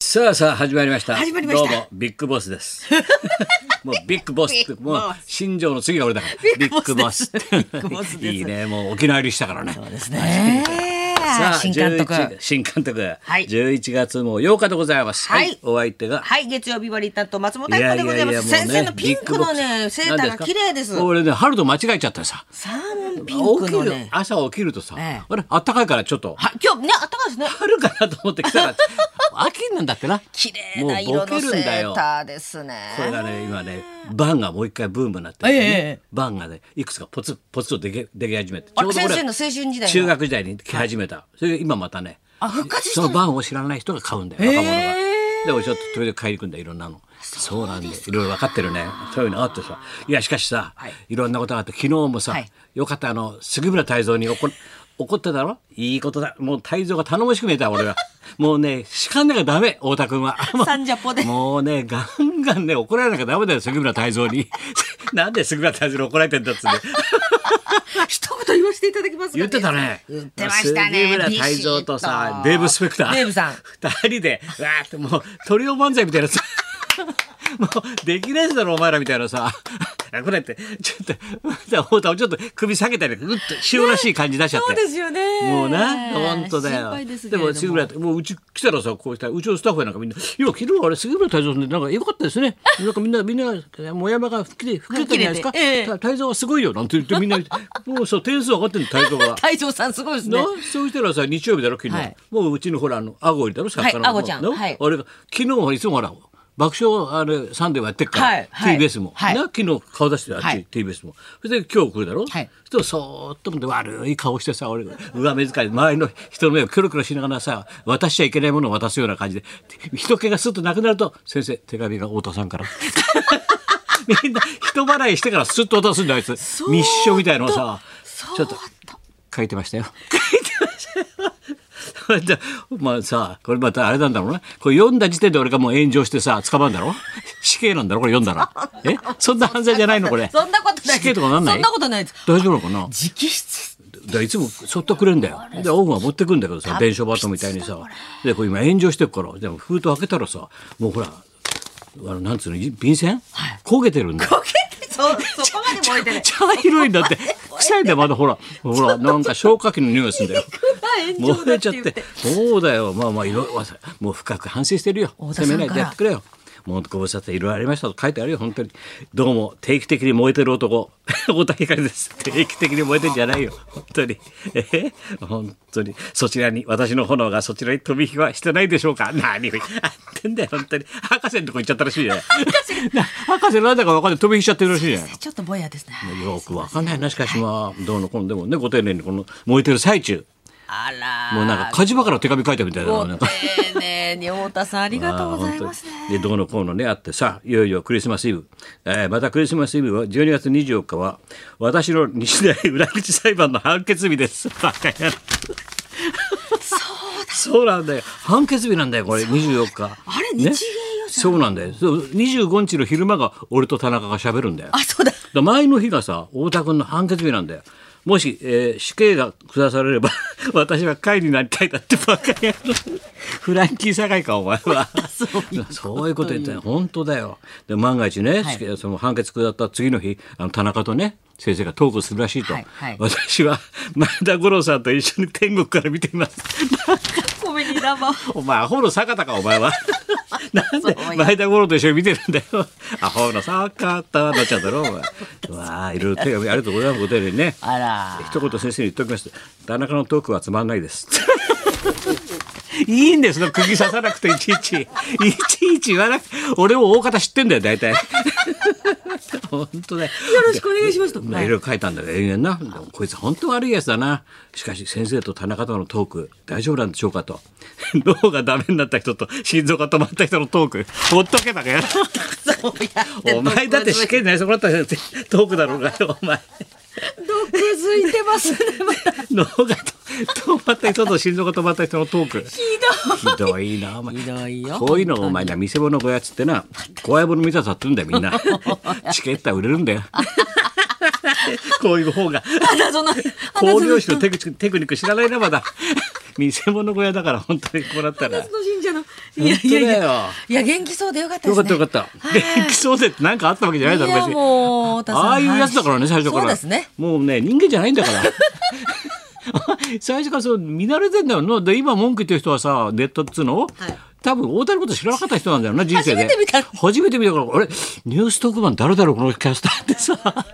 さあさあ始まりました。始まりましたどうもビッグボス です。もうビッグボスってビッグもボうス新庄の次が俺だから。ビッグボスですビッグビッグボボススっですていいねもう沖縄入りしたからね。そうですねさあえ、新監督。 11新監督。はい11月も8日でございます。はいお相手が。はい、月曜日バリ担当松本明子でございます。先生のピンクのね、セーターが綺麗です。俺ね春と間違えちゃったさ。サーモンピンクの起きるね。朝起きるとさ、ええあれあったかいからちょっとは今日ね、暖かいですね。春かなと思ってき たら秋なんだってな。綺麗な色もうのボセケるんだよーターですね。これがね今ねバンがもう一回ブームになってるんだよね、ええバンがねいくつかポツポツとでけでき始めてあれ俺先生の青春時代の中学時代に来始めた、それで今またねあ復活したそののバンを知らない人が買うんだよ若者が、ええで俺ちょっと時々買いに行くんだよいろんなのそうなんでいろいろ分かってるねそういうのあってさいやしかしさ、はいい、ろんなことがあって昨日もさ、はいよかったあの杉村太蔵に怒怒ってただろいいことだもう太蔵が頼もしく見えた俺 はもうね叱んなきゃダメ太田君はサンジャポでもうね、ガンガンね、怒られなきゃダメだよ、杉村太蔵に。 なんで杉村太蔵に怒られてんだっつって。 一言言わせていただきますか言ってたね。言ってましたね。杉村太蔵とさ、デーブ・スペクター。デーブさん。二人で、わーってもう、トリオ漫才みたいなさ。 もう、できないやつだろ、お前らみたいなさ。これって、ちょっと、太田をちょっと首下げたり、ぐっと塩らしい感じ出しちゃって。そうですよね。もうな、本当だ心よ。配ですでけれども、杉村、もううち来たらさ、こうしたら、うちのスタッフやなんかみんな、いや、昨日あれ、杉村太蔵さんで、なんか良かったですね。なんかみんな、みんな、もやまが吹きで、吹けたじゃないですか。吹き出てええた太蔵はすごいよ、なんて言って、みんな、もうそう、点数上がってんの、太蔵が。太蔵さんすごいですねな。そうしたらさ日曜日だろ昨日、はいもううちのほらあのアゴいだろ作家の、はいアゴちゃんなはい俺が昨日はいつもほら爆笑あれサンデーはやってっから、はい TBS も、はいな昨日顔出してた、はい TBS もそれで今日来るだろ、はいそしたらそーっと思って悪い顔してさ俺が上目遣い周りの人の目をキョロキョロしながらさ渡しちゃいけないものを渡すような感じで人気がスッとなくなると「先生手紙が太田さん から」みんな人払いしてからスッと渡すんだあいつそう密書みたいのをさそうちょっと書いてましたよ。書いてましたよ。 まあさこれまたあれなんだろうねこれ読んだ時点で俺がもう炎上してさ捕まるんだろう死刑なんだろこれ読んだらえそんな犯罪じゃないのこれそんなことない死刑とかなんないそんなことないです大丈夫なのかな直筆だからいつもそっとくれんだよでオーブンは持ってくんだけどさ電書バットみたいにさでこれ今炎上してるからでも封筒開けたらさもうほらあのなんつうの便箋、焦げてるんだよポケットそそこまで燃えてない茶色いんだって臭いんだよまだほらほらなんか消火器の匂いがするん だよ炎上だ燃っえちゃてっ言っててそうだよまあまあいろいろもう深く反省してるよ太田責さめんないでやってくれよもうご無沙汰いろいろありましたと書いてあるよ本当にどうも定期的に燃えてる男 太田光です定期的に燃えてんじゃないよ本当にえへ本当にそちらに私の炎がそちらに飛び火はしてないでしょうか何を言ってんだよ本当に博士のとこ行っちゃったらしいじゃないな 博士なんだか分かんない飛び火しちゃってるらしいじゃないちょっとぼやですねよくわかんないなしかしまあどうのこうのでもねご丁寧にこの燃えてる最中あらもうなんか火事場から手紙書いたみたいなごなんか丁寧に太田さんありがとうございますあー本当ねにでどうのこうのねあってさいよいよクリスマスイブ、えーまたクリスマスイブは12月24日は私の日大裏口裁判の判決日です バカやそうだそうなんだよ判決日なんだよこれ24日あれ日芸ね予算そうなんだよそう25日の昼間が俺と田中が喋るんだよあそうだだから前の日がさ太田君の判決日なんだよもし、えー死刑が下されれば 私は会になりたいだってバカ野郎 フランキー堺かお前は そういうこと言って本当だよで万が一ね、はい死刑その判決下った次の日あの田中とね先生がトークするらしいと、はいはい私は前田五郎さんと一緒に天国から見ていますごめんに生を お前アホの坂田かお前 はなんでそう前田五郎と一緒に見てるんだよアホの坂田になっちゃうだろお前うわあいろいろ手紙ありがとうございますご丁寧にねあら一言先生に言っておきます田中のトークはつまんないですいいんですよ釘刺さなくていちいちいちいち言わなく俺も大方知ってんだよ大体本当だよよろしくお願いしますとまあ、いろいろ書いたんだけど、永遠な、こいつ本当悪いやつだな。しかし、先生と田中とのトーク、大丈夫なんでしょうかと。脳がダメになった人と、心臓が止まった人のトーク、ほっとけ ばね。お前だって死刑になり損なった人ってトークだろうが、お前。毒づいてますねまた脳がと止まった人と心臓が止まった人のトーク。ひどひいどいな、お前。ひどいよこういうのがお前な、見せ物小屋っつってな、怖いもの見たさって言うんだよ、みんな。 チケットは売れるんだよ。こういう方が。あらその工業師の テクテクニック知らないなまだ見せ物小屋だから本当にこうなったら夏の神社のいやいやいやいや元気そうでよかったよですかねったよかった。 元気そうでって何かあったわけじゃないだろいや別に。もう太田さんああいうやつだからね最初から。そうですねもうね人間じゃないんだから。 最初からそう見慣れてんだよな。で今文句言ってる人はさネットっつうの、い多分大谷のこと知らなかった人なんだよな人生で。初めて見た初めて見たからあれニュース特番誰だろうこのキャスターってさ。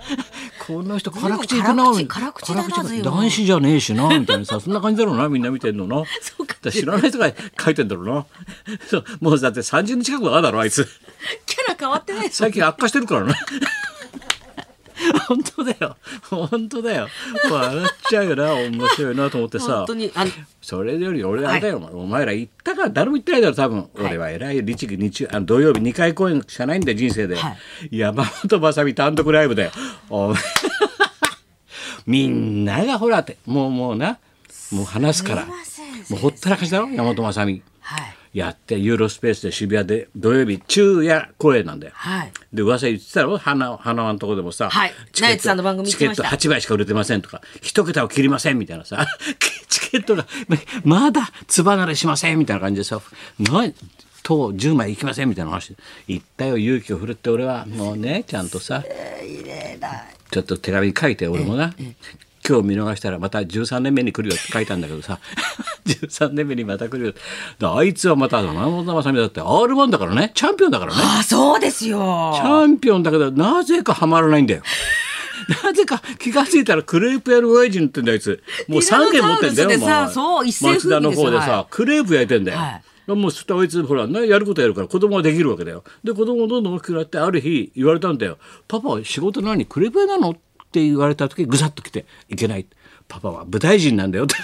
この人辛口いくな辛口辛口だな随分男子じゃねえしなみたいなさそんな感じだろうなみんな見てんのな。 そうかだら知らない人が書いてんだろうな。そうもうだって30年近くはあだろあいつ。キャラ変わってないです最近悪化してるからね。 本当だよ本当だよ笑っちゃうよな面白いなと思ってさ本当にあのそれより俺あれだよ、お前ら行ったから誰も行ってないだろ多分、俺は偉いよ日日あの土曜日2回公演しかないんだよ人生で、はい山本まさみ単独ライブだよお前みんながほらってもうもうなもう話すからすいませんもうほったらかしだろ山本まさみはいやってユーロスペースで渋谷で土曜日昼夜公演なんだよはいで噂言ってたろ花花輪のとこでもさ、はいチケットナイツさんの番組チケッ行きトました8倍しか売れてませんとか一桁を切りませんみたいなさ チケットがままだつばなれしませんみたいな感じでさないと10枚行きませんみたいな話言ったよ勇気を振るって俺はもうねちゃんとさ入れないちょっと手紙に書いて俺もな、今日見逃したらまた13年目に来るよって書いたんだけどさ 13年目にまた来るよってだあいつはまた山本まさみだって R1 だからねチャンピオンだからねあそうですチよャンピオンだけどなぜかハマらないん だよ。なぜか気が付いたらクレープやる親父にってんだよあいつ。もうティ3ラノ軒持ってんだよサウルスでさお前そう一世風靡で松すよ田の方ではさクレープ焼いてんだよ。はもうそしたらあいつほらねやることやるから子供はできるわけだよ。で子供がどんどん大きくなってある日言われたんだよ「パパは仕事何クレープ屋なの?」って言われた時ぐさっと来て「いけない」パパは舞台人なんだよ」っ て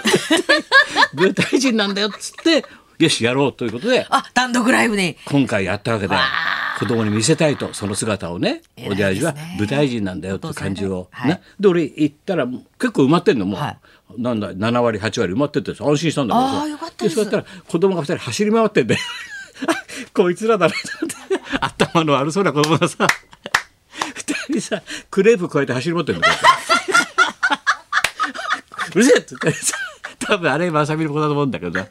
舞台人なんだよっつって「よしやろう」ということであ単独ライブに今回やったわけだよわ子供に見せたいとその姿をね偉いおじあじはですね舞台人なんだよって感じをお父さんねはねいで俺行ったら結構埋まってんのもう、はいなんだ7割8割埋まってて安心したんだけどさあーよかったですそうやったら子供が2人走り回ってんで こいつらだなと思って頭の悪そうな子供がさ2人さクレープ加えて走り回ってんのこうやって うるせえって言ってさ多分あれまさみの子だと思うんだけどな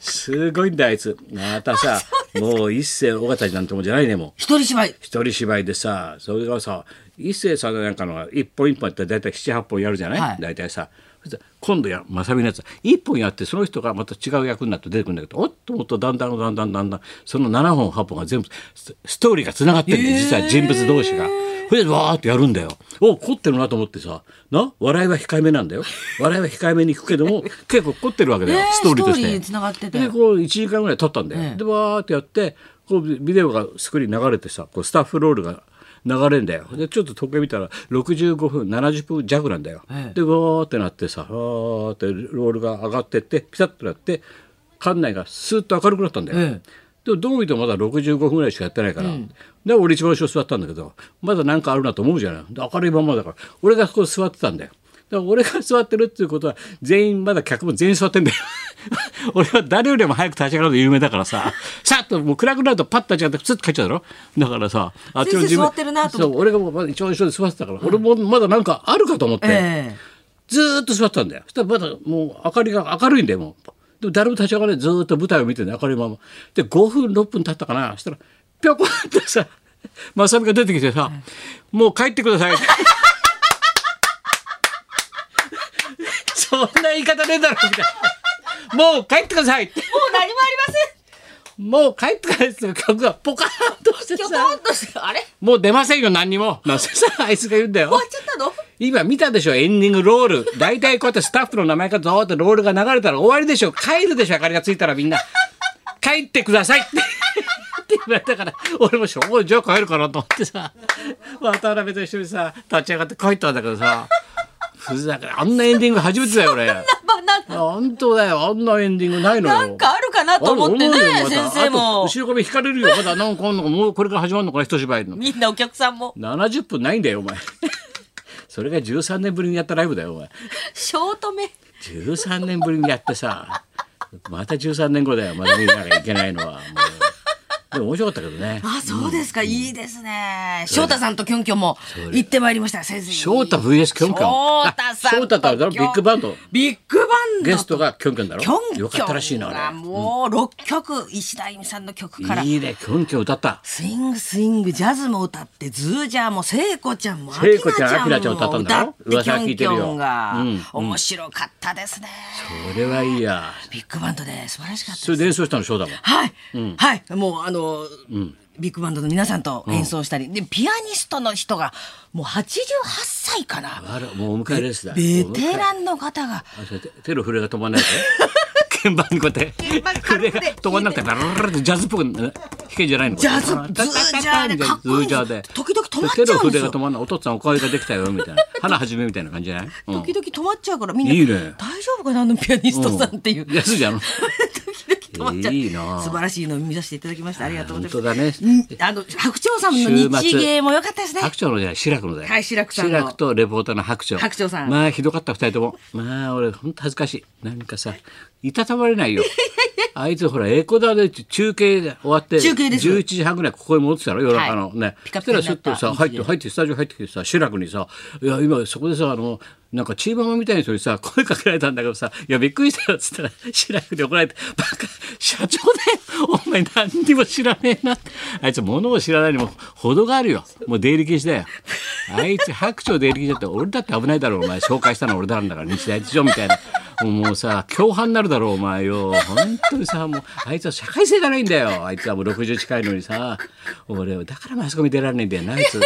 すごいんだよあいつまた さもう一世尾形なんてもんじゃないねもう一人芝居一人芝居でさそれがさ一世さんなんかのは一本一本やって大体78本やるじゃない、はい大体さそしたら今度やまさみのやつ一本やってその人がまた違う役になって出てくるんだけどおっともっとだんだんだんだんだんだんその7本8本が全部スストーリーがつながってるんだよ実は人物同士が。それでわーってやるんだよ。お凝ってるなと思ってさな笑いは控えめなんだよ笑いは控えめにいくけ ども結構凝ってるわけだよ、えーストーリーとして。ストーリーに繋がっててでこう1時間ぐらい撮ったんだよ。ええでわーってやってこうビデオがスクリーンに流れてさこうスタッフロールが流れんだよでちょっと時計見たら65分70分弱なんだよ、ええでわーってなってさわーってロールが上がってってピタッとなって館内がスーッと明るくなったんだよ、えでもどう見てもまだ65分ぐらいしかやってないから、で俺一番後ろ座ったんだけどまだなんかあるなと思うじゃないで明るいまんまだから俺がそこ座ってたんだよだから俺が座ってるっていうことは全員まだ客も全員座ってんだよ 俺は誰よりも早く立ち上がるの有名だからささっともう暗くなるとパッと立ち上がってスッと帰っちゃうだろだからさあっちの先生自分座ってるなと思ってそう俺がもうまだ一番後ろで座ってたから、俺もまだなんかあるかと思って、ええずーっと座ってたんだよ。そしたらまだもう明かりが明るいんだよ、もう。でも誰も立ち上がらないずーっと舞台を見てる明るいまま。で、5分、6分経ったかな。そしたら、ぴょこんってさ、まさみが出てきてさ、もう帰ってください。 そんな言い方ねえだろ、みたいな。もう帰ってくださいって。もう何もありもう帰ってくださいって曲がポカーンとしてませんさきょ、とんとしてあれ終もう出ませんよ、何にも。なんてさ、あいつが言うんだよ。わっちゃったの今見たでしょエンディングロール 大体こうやってスタッフの名前がゾーってロールが流れたら終わりでしょ帰るでしょ明かりがついたらみんな 帰ってくださいってって言われたから俺もしょうがないじゃあ帰るかなと思ってさ 渡辺と一緒にさ立ち上がって帰ったんだけどさふざけあんなエンディング初めてだよ俺まあなんか本当だよあんなエンディングないのよなんかあるかなと思ってねある思うよまた先生もあと後ろ髪引かれるよまだなんかあんのかもうこれから始まるのかな一芝居のみんなお客さんも70分ないんだよお前 それが13年ぶりにやったライブだよお前ショート目13年ぶりにやってさまた13年後だよまだ見なきゃいけないのはもうでも面白かったけどね。あ、そうですか。いいですね。翔太さんとキョンキョンも行ってまいりました。先生に。翔太 VS キョンキョン。翔太さんとあ翔太とあれだろビッグバンド。ビッグバンド。ゲストがキョンキョンだろ。キョンキョン。よかったらしいな、あれ。もう6曲、石田あゆみさんの曲から。いいね、キョンキョン歌った。スイングスイングジャズも歌ってズージャーも聖子ちゃんも聖子ちゃん明菜明菜ちゃん歌ったんだろ歌って噂キはョ聞ンいキてるよョンが、うん面白かったですねそれはいいや。ビッグバンドで素晴らしかったそれで演奏したの翔太も。はい、はいもうあの、ビッグバンドの皆さんと演奏したり、でピアニストの人がもう88歳かなあら、もうお迎えですだ。ベテランの方があそれで手の震えが止まんないで 鍵盤にこうやって鍵盤軽く震えねが止まんなくてバラバラってジャズっぽく弾けんじゃないのジャズズージャーでかっこいいんですよ時々止まっちゃうんですよ手の筆が止まんないお父さんおかわりができたよみたい な花始めみたいな感じじゃない、うん時々止まっちゃうからみんな、いいね大丈夫かなあのピアニストさんっていう、うん安いじゃん時々止まっちゃ ういいなあ素晴らしいのを見出していただきましたありがとうございます本当だねうんあの白鳥さんの日芸も良かったですね白鳥のじゃない白くのだよはい志らくさんの志らくとレポーターの白鳥白鳥さんまあひどかった二人ともまあ俺ほんと恥ずかしいなんかさいたたまれない よあいつほらエコダで中継が終わって中継です11時半ぐらいここに戻ってたの夜中のはいねピカピそカになったしたらちょっとさ入って一時入ってスタジオ入ってきてさ志らくにさ「いや今そこでさあのなんかチーママみたいな人にさ 声かけられたんだけどさいやびっくりしたよ」っつったら志らくに怒られて「バカ社長だよお前何にも知らねえな」あいつ物を知らないにも程があるよもう出入り禁止だよあいつ白鳥出入り禁止だって俺だって危ないだろお前紹介したのは俺なんだから日大一所みたいな。もうもうさ共犯になるだろうお前よ本当にさもうあいつは社会性がないんだよあいつはもう60近いのにさ俺だからマスコミ出られないんだよなあいつ。い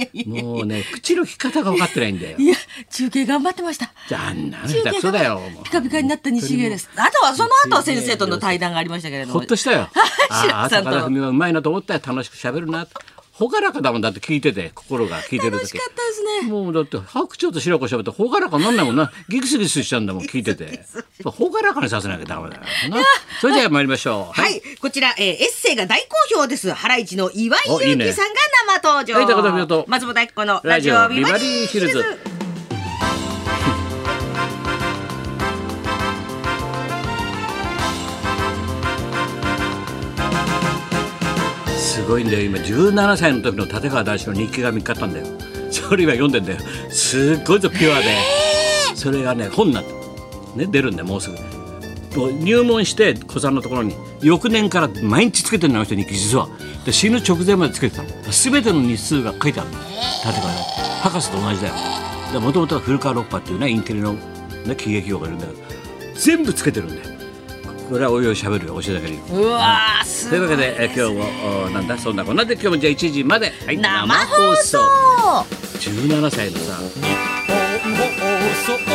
やいやいやもうね、口の利き方が分かってないんだよ。いや中継頑張ってましたあんなの中下手く継そだよが。ピカピカになった西芸ですあとはその後は先生との対談がありましたけれどもほっとした よ。志ああ、らくさん高と田の文はうまいなと思ったよ。楽しく喋るなって。ほがらかだもんだって聞いてて、心が聞いてる楽時しかったですねもうだって白鳥と白子喋ってほがらかになんないもんなギクスギクスしちゃうんだもん聞いててほがらかにさせなきゃダメだよなそれでは参りましょうはい、こちら、えーエッセイが大好評です。ハライチの岩井おいい勇ね気さんが生登場。はい高田文夫と松本明子のラジオビバリーヒルズラジオビバリーヒル。ズすごいんだよ今17歳の時の立川談志の日記が見つかったんだよそれ今読んでんだよすっごいぞピュアで、それがね本になってね出るんだよもうすぐもう入門して子さんのところに翌年から毎日つけてるのあの人日記実はで死ぬ直前までつけてたの全ての日数が書いてあるの立川談志博士と同じだよもともとは古川六波っていうねインテリの、ね、喜劇王がいるんだけど全部つけてるんだよこれはおいおい喋るよ教えだけにうわー、すとごいうわけいででえす今日もおなんだそんなこんなで今日もじゃあ1時まで、はい生放送。 17歳のさ日本放送